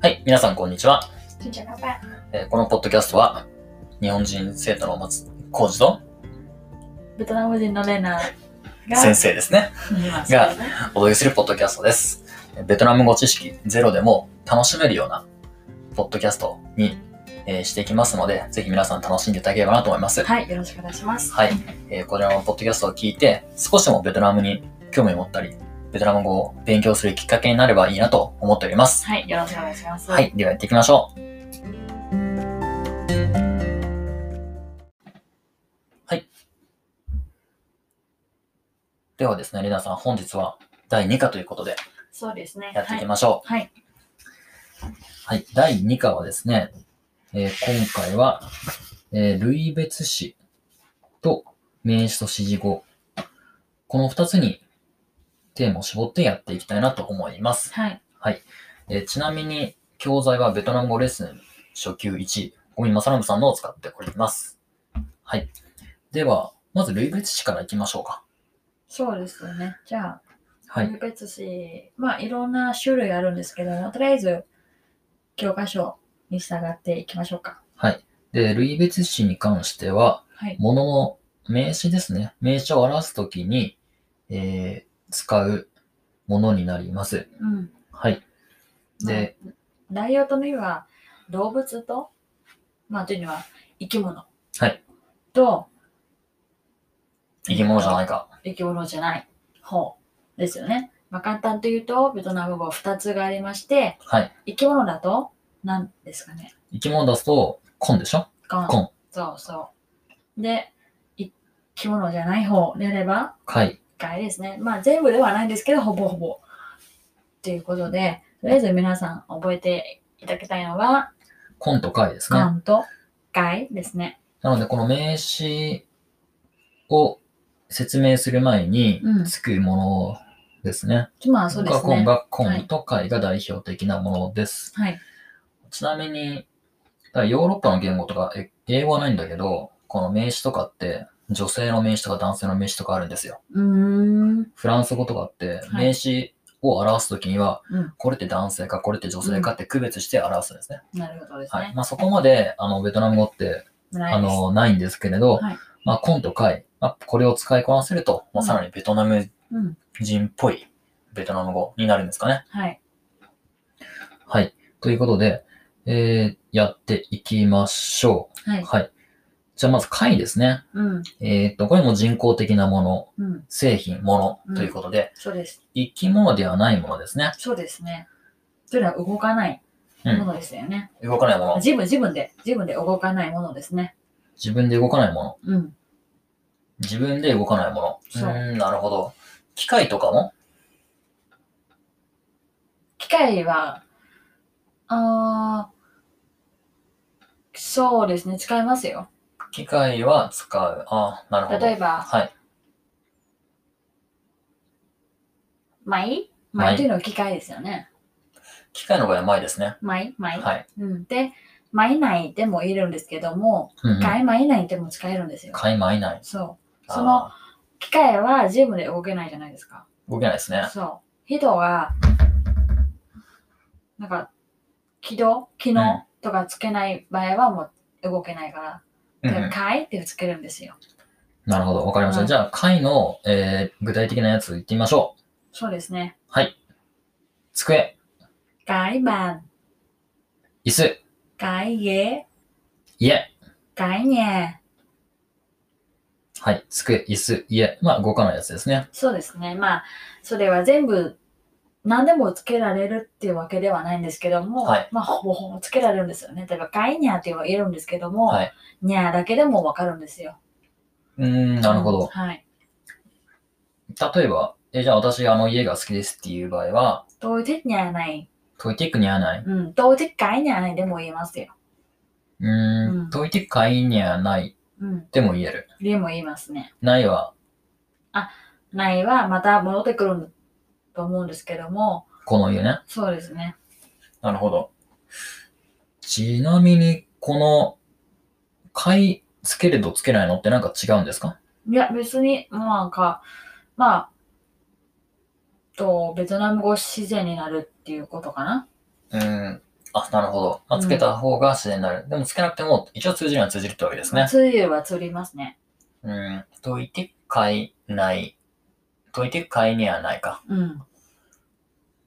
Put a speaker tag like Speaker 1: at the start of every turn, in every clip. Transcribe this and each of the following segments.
Speaker 1: はい、皆さんこんにちは。
Speaker 2: Xin chào các bạn,
Speaker 1: えーこのポッドキャストは、日本人生徒の松浩二と
Speaker 3: ベトナム人のレナ
Speaker 2: Gab.
Speaker 1: 先生ですね、
Speaker 3: います
Speaker 1: がお届けするポッドキャストです。えーベトナム語知識ゼロでも楽しめるようなポッドキャストに、えーしていきますので、ぜひ皆さん楽しんでいただければなと思います。
Speaker 3: はい、よろしくお願いします。
Speaker 1: はい、えーこちらのポッドキャストを聞いて、少しでもベトナムに興味を持ったり、ベトナム語を勉強するきっかけになればいいなと思っております。
Speaker 3: はい、よろしくお願いします。
Speaker 1: はい、ではやっていきましょう。はい。ではですね、レナさん、本日は第2課ということで
Speaker 3: そうですね。
Speaker 1: やっていき
Speaker 3: ま
Speaker 1: ましょ
Speaker 3: はい。はい、
Speaker 1: う。はい、第2課はですね、えー今回は、えー類別詞と名詞と指示語、この2つにテーマを絞ってやっていきたいなと思います。
Speaker 3: はい
Speaker 1: えーちなみに、教材はベトナム語レッスン初級1、ゴミマサラムさんのを使っております。はい。では、まず類別詞からいきましょうか。
Speaker 3: そうですよね。じゃあ、
Speaker 1: はい。
Speaker 3: 分別し、まあ、いろんな種類あるんですけども、とりあえず、教科書に従っていきましょうか。
Speaker 1: はい。で、類別詞に関しては、
Speaker 3: はい。
Speaker 1: ものの名詞ですね。名詞を表すときに、えー使うものになります。
Speaker 3: うん。
Speaker 1: はい。で、
Speaker 3: 内容との意味は、動物と、まあ、というのは、生き物。
Speaker 1: はい。
Speaker 3: と、
Speaker 1: 生き物じゃないか。
Speaker 3: 生き物じゃない方ですよね。まあ、簡単というと、ベトナム語2つがありまして、
Speaker 1: はい。
Speaker 3: 生き物だと何ですかね
Speaker 1: 生き物出すと、コンでしょ
Speaker 3: コン
Speaker 1: コン。
Speaker 3: そうそう。で、生き物じゃない方であれば、
Speaker 1: 貝。
Speaker 3: 外ですね。まあ全部ではないんですけど、ほぼほぼ。ということで、とりあえず皆さん覚えていただきたいのは、
Speaker 1: コンと貝ですね。
Speaker 3: カンと外ですね。
Speaker 1: なので、この名詞を説明する前に
Speaker 3: うん
Speaker 1: つくものですね。
Speaker 3: まあそうです
Speaker 1: コン
Speaker 3: ね。
Speaker 1: がコンと貝が代表的なものです。
Speaker 3: はい。
Speaker 1: ちなみに、だからヨーロッパの言語とか、え英語はないんだけど、この名詞とかって、女性の名詞とか男性の名詞とかあるんですよ。
Speaker 3: うーん。
Speaker 1: フランス語とかって、
Speaker 3: はい
Speaker 1: 名詞を表すときには、
Speaker 3: うん
Speaker 1: これって男性か、これって女性かって区別して表すんですね。
Speaker 3: なるほどです
Speaker 1: はい。
Speaker 3: ね。
Speaker 1: まあ、そこまで、あの、ベトナム語って、
Speaker 3: ない
Speaker 1: あ
Speaker 3: です
Speaker 1: の、ないんですけれど、
Speaker 3: はい
Speaker 1: まあ、コンとカイ、まあ、これを使いこなせると、まあ、
Speaker 3: うん
Speaker 1: さらにベトナム
Speaker 3: うん。
Speaker 1: 人っぽいベトナム語になるんですかね。
Speaker 3: はい。
Speaker 1: はい。ということで、えー、やっていきましょ
Speaker 3: は
Speaker 1: う。
Speaker 3: い。
Speaker 1: はい。じゃあ、まずカイですね。
Speaker 3: うん。
Speaker 1: えーっと、これも人工的なもの、
Speaker 3: うん。
Speaker 1: 製品、も
Speaker 3: う
Speaker 1: の
Speaker 3: ん
Speaker 1: ということで、
Speaker 3: そうです。
Speaker 1: 生き物ではないものですね。
Speaker 3: そうですね。それは動かないものですよね。
Speaker 1: 動かないもの。
Speaker 3: 自分、自分で、自分で動かないものですね。
Speaker 1: 自分で動かないもの。
Speaker 3: うん。
Speaker 1: 自分で動かないもの。
Speaker 3: そう
Speaker 1: ーん、なるほど。機械とかも
Speaker 3: 機械は、あーそうですね、使いますよ。
Speaker 1: 機械は使う。あ、なるほど。
Speaker 3: 例えば、
Speaker 1: はい。
Speaker 3: 舞
Speaker 1: 舞
Speaker 3: 舞というのは機械ですよね。
Speaker 1: 機械の場合は前ですね。
Speaker 3: 舞舞、
Speaker 1: はい。
Speaker 3: うん。で、舞ないでもいるんですけども、
Speaker 1: うんうん、
Speaker 3: 外舞ないでも使えるんですよ。
Speaker 1: 買いまいない。
Speaker 3: そう。その
Speaker 1: あ
Speaker 3: 機械は自分で動けないじゃないですか。
Speaker 1: ー動けないですね。
Speaker 3: そう。人が、なんか、軌道、機能とかつけない場合はもう動けないから、
Speaker 1: う
Speaker 3: だ
Speaker 1: ん
Speaker 3: か
Speaker 1: う
Speaker 3: ら
Speaker 1: ん、
Speaker 3: 貝ってつけるんですよ。
Speaker 1: なるほど。わかりまし
Speaker 3: う
Speaker 1: た。
Speaker 3: ん
Speaker 1: じゃあ、貝の、えー具体的なやつ言ってみましょう。
Speaker 3: そうですね。
Speaker 1: はい。机、
Speaker 3: 貝板、
Speaker 1: 椅子、
Speaker 3: 貝家、
Speaker 1: 家。
Speaker 3: 貝ね。
Speaker 1: はい。机、椅子、家。まあ、動かないやつですね。
Speaker 3: そうですね。まあ、それは全部、何でもつけられるっていうわけではないんですけども、
Speaker 1: はい
Speaker 3: まあ、ほぼほぼつけられるんですよね。例えば、貝にゃっていうのはいるんですけども、
Speaker 1: はい
Speaker 3: にゃだけでもわかるんですよ。
Speaker 1: うーん、なるほ
Speaker 3: うん
Speaker 1: ど。
Speaker 3: はい。
Speaker 1: 例えば、えーじゃあ私があの家が好きですっていう場合は、
Speaker 3: どういてにゃない。
Speaker 1: 解いていくにゃない。
Speaker 3: うん。どういて貝にゃないでも言えますよ。
Speaker 1: うー、
Speaker 3: うんん
Speaker 1: 解いて貝にゃない
Speaker 3: うん。
Speaker 1: でも言える。
Speaker 3: でも言いますね。
Speaker 1: ないは、
Speaker 3: ないはまた戻ってくると思うんですけども、
Speaker 1: この家ね。
Speaker 3: そうですね。
Speaker 1: なるほど。ちなみに、この、買いつけるとつけないのってなんか違うんですか
Speaker 3: いや、別に、もうなんか、まあ、と、ベトナム語自然になるっていうことかな。
Speaker 1: うん。あ、なるほど。まあ、つけた方が自然になる。でもつけなくても、一応通じるには通じるってわけですね。
Speaker 3: つゆは釣りますね。
Speaker 1: うん。解いて解ない。解いて解にはないか。
Speaker 3: うん。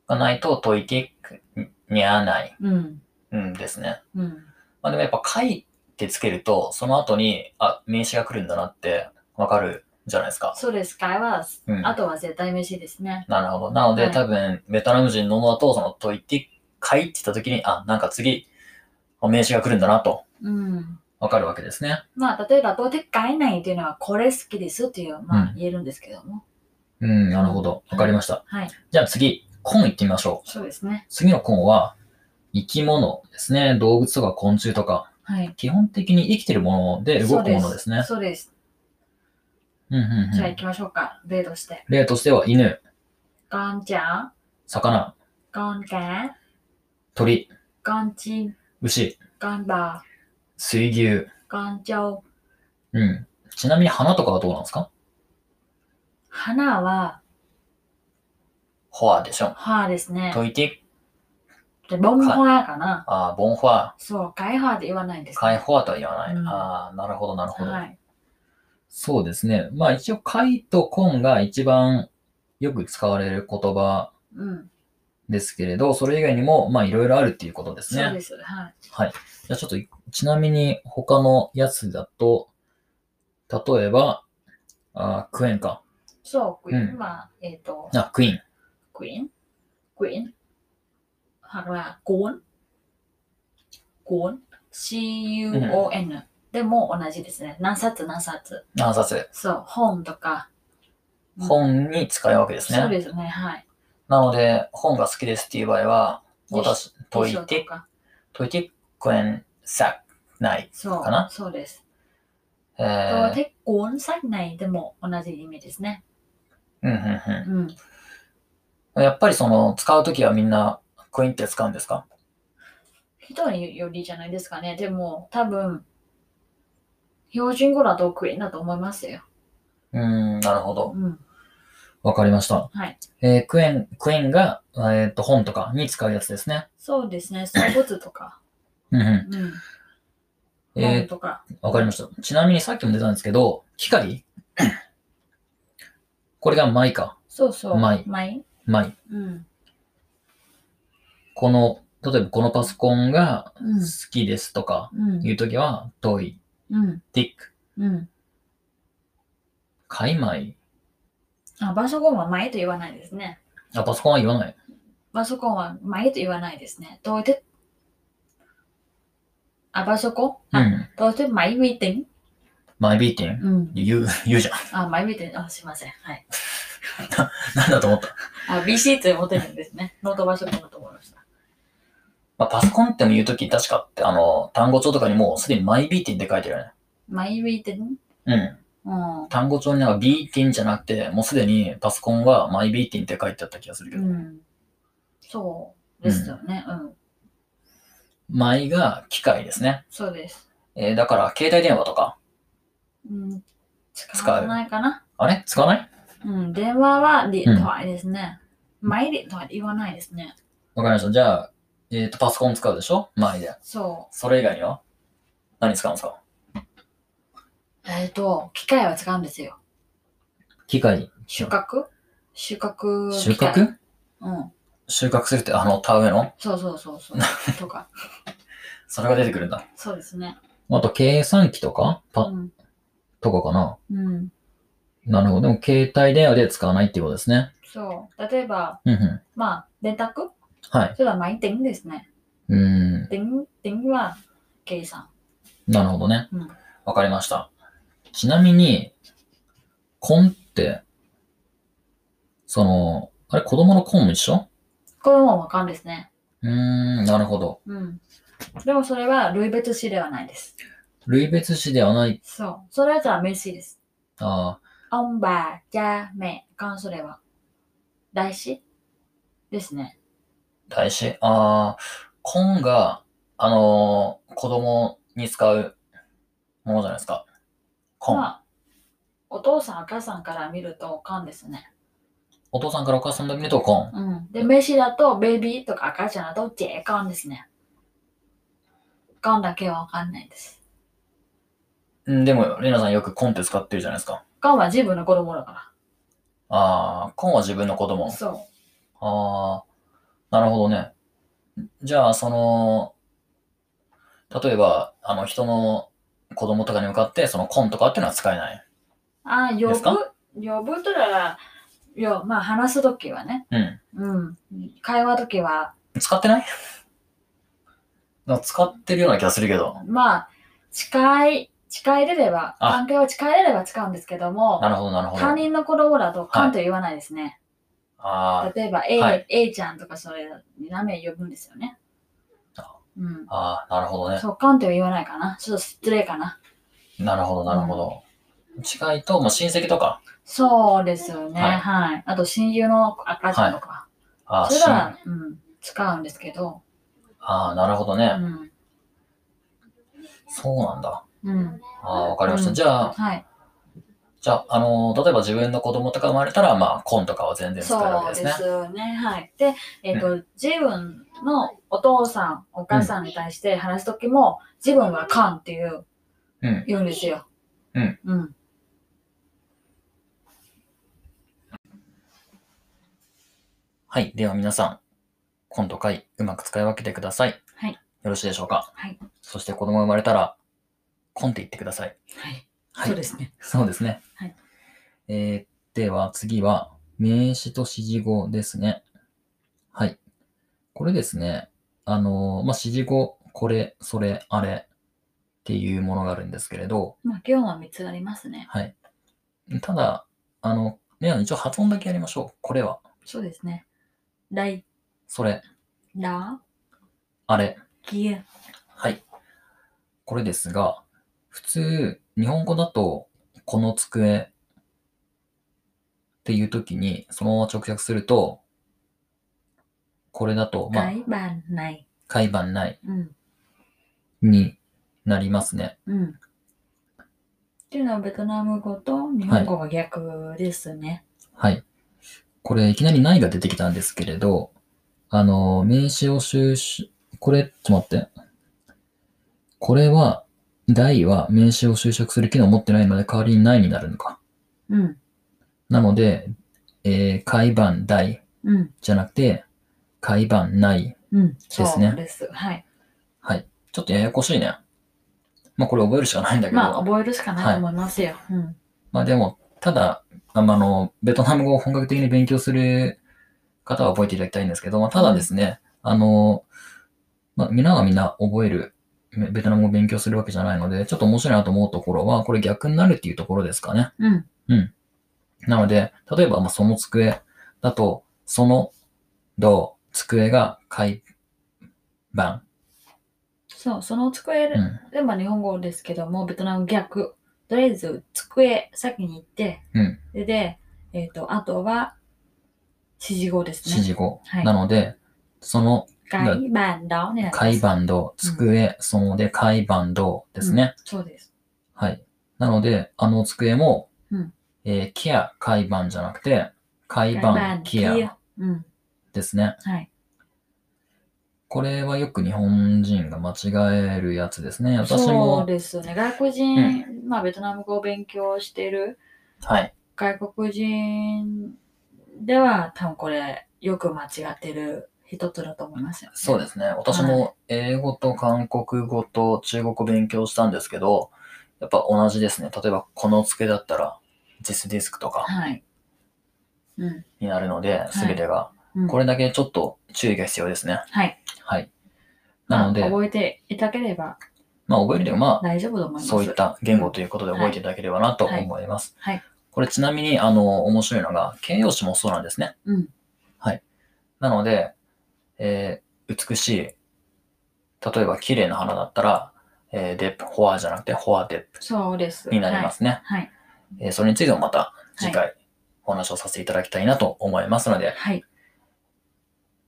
Speaker 1: がないと解いてにゃない。
Speaker 3: うん。
Speaker 1: うんですね。
Speaker 3: うん。
Speaker 1: まあでもやっぱ解ってつけると、その後に、あ、名詞が来るんだなってわかるじゃないですか。
Speaker 3: そうですかは、
Speaker 1: うん。
Speaker 3: あとは絶対飯ですね。
Speaker 1: なるほど。なので、
Speaker 3: はい
Speaker 1: 多分、ベトナム人の脳だと、その、解いて、解って言った時に、あ、なんか次、名詞が来るんだなと、
Speaker 3: うん。
Speaker 1: わかるわけですね。
Speaker 3: まあ、例えば、到底買えないっていうのは、これ好きですっていう、ま
Speaker 1: う
Speaker 3: あ、言えるんですけども。
Speaker 1: うん、なるほど。わかりました。
Speaker 3: はい。
Speaker 1: じゃあ次、コン行ってみましょう。
Speaker 3: そうですね。
Speaker 1: 次のコンは、生き物ですね。動物とか昆虫とか、
Speaker 3: はい。
Speaker 1: 基本的に生きてるもので動くものですね。
Speaker 3: そうです。
Speaker 1: うんうんう
Speaker 3: じゃあ行
Speaker 1: ん、
Speaker 3: きましょうか。例として。
Speaker 1: 例としては、犬、
Speaker 3: con chó,
Speaker 1: 魚、
Speaker 3: con cá,
Speaker 1: 鳥、
Speaker 3: con chim,
Speaker 1: 牛、
Speaker 3: con bò,
Speaker 1: 水牛。
Speaker 3: con trâu.
Speaker 1: うん。ちなみに花とかはどうなんですか
Speaker 3: 花は
Speaker 1: ホアでしょ。
Speaker 3: 花ですね。
Speaker 1: 解いて、
Speaker 3: で、ボン花かな。
Speaker 1: あーボンホア、
Speaker 3: そう、開花って言わないんです。
Speaker 1: 解ホアとは言わない。
Speaker 3: うん
Speaker 1: ああ、なるほど、なるほど。
Speaker 3: はい。
Speaker 1: そうですね。まあ一応、解とコンが一番よく使われる言葉
Speaker 3: うん。
Speaker 1: ですけれど、それ以外にも、まあいろいろあるっていうことですね。
Speaker 3: そうです。はい。
Speaker 1: じゃあちょっとい、ちなみに他のやつだと、例えば、あークエンか。
Speaker 3: そう、クイー
Speaker 1: うん
Speaker 3: ンは、えっと、
Speaker 1: あ、クイーン。
Speaker 3: クイーン、クイーン、hoặc là cuốn, cuốn, C-U-O-N。でも同じですね。何冊何冊。
Speaker 1: 何冊。
Speaker 3: そう、本とか。うん
Speaker 1: 本に使うわけです
Speaker 3: そう
Speaker 1: ね。
Speaker 3: ですね。はい。
Speaker 1: なので、本が好きですっていう場合は、私、解い
Speaker 3: 辞書と
Speaker 1: て、
Speaker 3: か。
Speaker 1: 解いて、クエン、サッ、ない。
Speaker 3: そう
Speaker 1: かな
Speaker 3: そうです。
Speaker 1: え
Speaker 3: と
Speaker 1: ー、
Speaker 3: で、cuốn sách này でも同じ意味ですね。
Speaker 1: うんうん
Speaker 3: うん。
Speaker 1: うん。やっぱりその、使うときはみんな、クイーンって使うんですか
Speaker 3: 人によりじゃないですかね。でも、多分、標準語だとクイーンだと思いますよ。
Speaker 1: うーん、なるほど。
Speaker 3: うん。
Speaker 1: わかりました。
Speaker 3: はい。
Speaker 1: えー、クエン、クエンが、えーっと、本とかに使うやつですね。
Speaker 3: そうですね。鎖骨とか。
Speaker 1: うんう
Speaker 3: うん。
Speaker 1: ん。えー
Speaker 3: 本とか。
Speaker 1: わかりました。ちなみにさっきも出たんですけど、光 これが舞か。
Speaker 3: そうそう。
Speaker 1: 舞
Speaker 3: 舞
Speaker 1: 舞。
Speaker 3: うん。
Speaker 1: この、例えばこのパソコンが
Speaker 3: うん
Speaker 1: 好きですとか
Speaker 3: うん
Speaker 1: いうときは、トイ、
Speaker 3: うん。
Speaker 1: ティック、
Speaker 3: うん。
Speaker 1: 買い舞。
Speaker 3: あ、パソコンは舞と言わないですね。
Speaker 1: あ、パソコンは言わない。
Speaker 3: パソコンは舞と言わないですね。どうやってあ、パソコン
Speaker 1: う
Speaker 3: あ、
Speaker 1: ん。
Speaker 3: どうやって舞 v てん
Speaker 1: マイビーティン。
Speaker 3: うん。
Speaker 1: 言う、言うじゃん。
Speaker 3: あ、舞 v てんあ、すいません。はい。
Speaker 1: なんだと思った。
Speaker 3: あ、BC って思ってるんですね。ノートパソコンだと思いました。
Speaker 1: まあ、パソコンっても言うとき、確かって、あの、単語帳とかにもうすでにマイビーティンって書いてるよね。
Speaker 3: 前向いてん
Speaker 1: うん。
Speaker 3: うん。
Speaker 1: 単語帳になんかビーティンじゃなくて、もうすでにパソコンはマイビーティンって書いてあった気がするけ
Speaker 3: う
Speaker 1: ど。
Speaker 3: ん。そうですよね。うん。
Speaker 1: マイが機械ですね。
Speaker 3: そうです。
Speaker 1: えーだから、携帯電話とか、
Speaker 3: うん。使わないかな。
Speaker 1: あれ使わない
Speaker 3: うん。電話はリトワイですね。マイリトワイ言わないですね。
Speaker 1: わかりました。じゃあ、えっ、と、パソコン使うでしょ前で。
Speaker 3: そ
Speaker 1: それ以外には何使うんですか
Speaker 3: う。えっ、と、機械は使うんですよ。
Speaker 1: 機械。
Speaker 3: 収穫収穫
Speaker 1: 収
Speaker 3: 機械
Speaker 1: 穫
Speaker 3: うん。
Speaker 1: 収穫するって、あの、田植えの
Speaker 3: そうそうそう そう。とか。
Speaker 1: それが出てくるんだ。
Speaker 3: そうですね。
Speaker 1: あと、計算機とか
Speaker 3: う
Speaker 1: パ、
Speaker 3: ん。
Speaker 1: とかかな
Speaker 3: うん。
Speaker 1: なるほど。でも、携帯電話で使わないっていうことですね。
Speaker 3: そう。例えば、
Speaker 1: うんう
Speaker 3: まあ、電卓
Speaker 1: ん。はい。
Speaker 3: それはマイティンですね。
Speaker 1: うーん。
Speaker 3: ティン、ティンは計算。
Speaker 1: なるほどね
Speaker 3: うん。
Speaker 1: わかりました。ちなみに、コンって、その、あれ、子供のコンも一緒
Speaker 3: これもわかんですね。
Speaker 1: うーん、なるほど。
Speaker 3: うん。でもそれは類別詞ではないです。
Speaker 1: 類別詞ではない。
Speaker 3: そう。それじゃあ名詞です。
Speaker 1: ああ、
Speaker 3: ông bà cha mẹ con それは大詞ですね。
Speaker 1: 大詞。ああ、コンが、あのー子供に使うものじゃないですか。コン。
Speaker 3: まあ、お父さんお母さんから見るとかんですね。
Speaker 1: お父さんからお母さんで見るとコン。
Speaker 3: うん。で、名詞だとベビーとか赤ちゃんだとジェカンですね。コンだけはわかんないです。
Speaker 1: うん、でも、レナさんよくコンって使ってるじゃないですか。
Speaker 3: コンは自分の子供だか
Speaker 1: ああ、コンは自分の子
Speaker 3: ら。
Speaker 1: 供。
Speaker 3: そ
Speaker 1: ああ、なるほどね。じゃあ、その、例えば、あの、人の子供とかに向かって、そのコンとかっていうのは使えない。
Speaker 3: う。ああ、呼
Speaker 1: ですか
Speaker 3: ぶ、呼ぶとら、よまあ話すときはね、
Speaker 1: うん。
Speaker 3: うん。会話ときは、
Speaker 1: 使ってないなんか使ってるような気がするけど。
Speaker 3: まあ、近い、近いれれば、
Speaker 1: あ
Speaker 3: 関係を近いれれば使うんですけども
Speaker 1: な、るほど、なるほど。
Speaker 3: 他人の子供だとコ
Speaker 1: は
Speaker 3: ン
Speaker 1: い
Speaker 3: と言わないですね。
Speaker 1: あ
Speaker 3: 例えば、A、
Speaker 1: はい
Speaker 3: A ちゃんとかそれ、名前呼ぶんですよね
Speaker 1: あ。
Speaker 3: うん。
Speaker 1: あ、ああ、なるほどね。
Speaker 3: そう、コンと言わないかな。ちょっと失礼かな。
Speaker 1: なるほど、なるほど。違いと、もう親戚とか。
Speaker 3: そうですよね。は。
Speaker 1: はいい
Speaker 3: あと、親友の赤ちゃんとか。
Speaker 1: ああ、
Speaker 3: それ
Speaker 1: 親
Speaker 3: ら、うん、使うんですけど。
Speaker 1: ああ、なるほど
Speaker 3: う
Speaker 1: ね。
Speaker 3: ん。
Speaker 1: そうなんだ。
Speaker 3: うん。
Speaker 1: ああ、わかりまし
Speaker 3: うん
Speaker 1: た。じゃあ、
Speaker 3: はい。
Speaker 1: じゃあ、あのー例えば自分の子供とか生まれたら、まあ、コンとかは全然使えるわけ
Speaker 3: そう
Speaker 1: ですね。
Speaker 3: ですよね。はい。で、えっ、と、自分のお父さん、お母さんに対して話すときも、自分はカンっていう、
Speaker 1: うん。
Speaker 3: 言うんですよ。
Speaker 1: うん。
Speaker 3: うん。
Speaker 1: はい。では皆さん、コンとかいうまく使い分けてください。
Speaker 3: はい
Speaker 1: よろしいでしょうか。
Speaker 3: はい。
Speaker 1: そして子供が生まれたら、コンって言ってください。
Speaker 3: はい。
Speaker 1: はい。
Speaker 3: そうですね。
Speaker 1: そうですね。
Speaker 3: はい。
Speaker 1: えー、では次は、名詞と指示語ですね。はい。これですね、あのーまあ、指示語、これ、それ、あれっていうものがあるんですけれど、
Speaker 3: まあ、今日は3つありますね。
Speaker 1: はい。ただ、あの、ね、一応発音だけやりましょう。これは、
Speaker 3: そうですね。ライ、
Speaker 1: それ、
Speaker 3: ラ、
Speaker 1: あれ。
Speaker 3: ギエ。
Speaker 1: はい。これですが、普通、日本語だと、この机っていう時に、そのまま直訳すると、これだと、まあ、
Speaker 3: 台湾ない。
Speaker 1: 海板ない
Speaker 3: うん。
Speaker 1: になりますね。
Speaker 3: うん。っていうのはベトナム語と日本語が逆ですね。
Speaker 1: はい。これ、いきなりないが出てきたんですけれど、あの、名詞を収集、これ、ちょっと待って。これは、台は名詞を修飾する機能を持ってないので、代わりにないになるのか。
Speaker 3: うん。
Speaker 1: なので、えー、海板台
Speaker 3: うん。
Speaker 1: じゃなくて、海板ない。
Speaker 3: うん。
Speaker 1: すね
Speaker 3: そうです。はい。
Speaker 1: はい。ちょっとややこしいね。まあこれ覚えるしかないんだけど。
Speaker 3: まあ、
Speaker 1: まあ、
Speaker 3: 覚えるしかないと思いますよ。うん。
Speaker 1: でも、ただ、あまああの、ベトナム語を本格的に勉強する方は覚えていただきたいんですけど、まあ、ただですね、あの、まあ、皆がみんな覚える、ベベトナム語を勉強するわけじゃないので、ちょっと面白いなと思うところは、これ逆になるっていうところですかね。
Speaker 3: うん。
Speaker 1: なので、例えば、まあ、その机だと、その、どう、机が、海板。
Speaker 3: そう、その机で、
Speaker 1: うん。
Speaker 3: でも日本語ですけども、ベトナム逆。とりあえず、机先に行って、
Speaker 1: うん。
Speaker 3: で、でえっ、と、あとは、指示語ですね。
Speaker 1: 指示語。
Speaker 3: はい
Speaker 1: なので、その、
Speaker 3: 海板だね。
Speaker 1: 海板どう、机、そので、海板どうですね。
Speaker 3: そうです。
Speaker 1: はい。なので、あの机も、
Speaker 3: うん
Speaker 1: えー、ケア、海板じゃなくて、海
Speaker 3: 海
Speaker 1: 板、
Speaker 3: 板
Speaker 1: ケア。
Speaker 3: うん。
Speaker 1: ですね。
Speaker 3: はい。
Speaker 1: これはよく日本人が間違えるやつですね。私
Speaker 3: そう
Speaker 1: も、
Speaker 3: ですよね。外国人、まあ、ベトナム語を勉強してる
Speaker 1: はい。
Speaker 3: 外国人では、多分これ、よく間違ってる一つだと思いますよ。
Speaker 1: そうですね。私も英語と韓国語と中国語勉強したんですけど、やっぱ同じですね。例えばこの付けだったら、JIS ディスクとか
Speaker 3: はい。うん。
Speaker 1: になるので、
Speaker 3: い
Speaker 1: すべてが、
Speaker 3: うん
Speaker 1: これだけちょっと注意が必要ですね。
Speaker 3: はい。
Speaker 1: はい。
Speaker 3: ま
Speaker 1: な
Speaker 3: あ
Speaker 1: ので、
Speaker 3: 覚えていただければ
Speaker 1: まあ覚えるでもま
Speaker 3: 大丈夫と思い
Speaker 1: あ、
Speaker 3: ます。
Speaker 1: そういった言語ということで覚えていただければなと思います。
Speaker 3: はいはい
Speaker 1: これちなみに、あの、面白いのが、形容詞もそうなんですね。
Speaker 3: うん。
Speaker 1: なので、えー美しい、例えば綺麗な花だったら、えーデップ、ホアじゃなくて、ホアデップ
Speaker 3: そうです。
Speaker 1: になりますね。
Speaker 3: はい。
Speaker 1: えーそれについてもまた次回お話をさせていただきたいなと思いますので、
Speaker 3: はい。はい。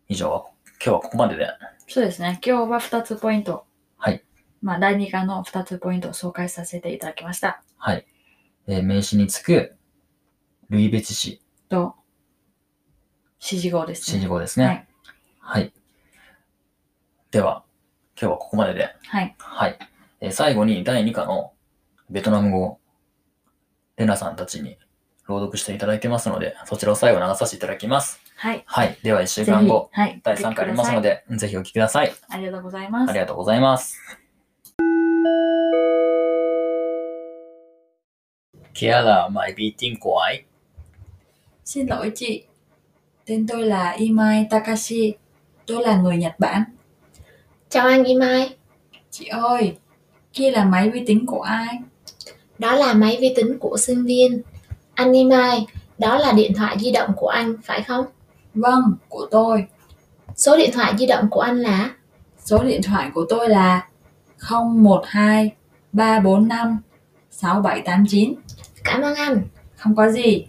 Speaker 1: 以上は、今日はここまでで、
Speaker 3: そうですね。今日は2つポイント。
Speaker 1: はい。
Speaker 3: まあ、第2課の2つポイントを紹介させていただきました。
Speaker 1: はい。えー名詞につく、類別詞、
Speaker 3: と、指示語です
Speaker 1: 指
Speaker 3: ね
Speaker 1: 示。語ですね。
Speaker 3: は
Speaker 1: はいい。では、今日はここまでで。
Speaker 3: はい。
Speaker 1: はい。えー最後に第2課のベトナム語を、レナさんたちに朗読していただいてますので、そちらを最後流させていただきます。
Speaker 3: はい。
Speaker 1: はい。では1週
Speaker 3: ぜひ
Speaker 1: 間後、
Speaker 3: はい。
Speaker 1: 第3課ありますの
Speaker 3: で。
Speaker 1: で、ぜひお聞きください。
Speaker 3: ありがとうございます
Speaker 1: あり。がとうございます。Kia là mày bị tin của ấy.
Speaker 3: Xin lỗi chị, tên tôi là Imai Takashi, tôi là người Nhật Bản.
Speaker 2: Chào anh Imai,
Speaker 3: Chị ơi, kia là máy vi tính của ai?
Speaker 2: đó là máy vi tính của sinh viên. Anh Imai, đó là điện thoại di động của anh phải không?
Speaker 3: Vâng, của tôi.
Speaker 2: Số điện thoại di động của anh là
Speaker 3: Số điện thoại của tôi là 012 345 6789.
Speaker 2: Cảm ơn anh.
Speaker 3: Không có gì.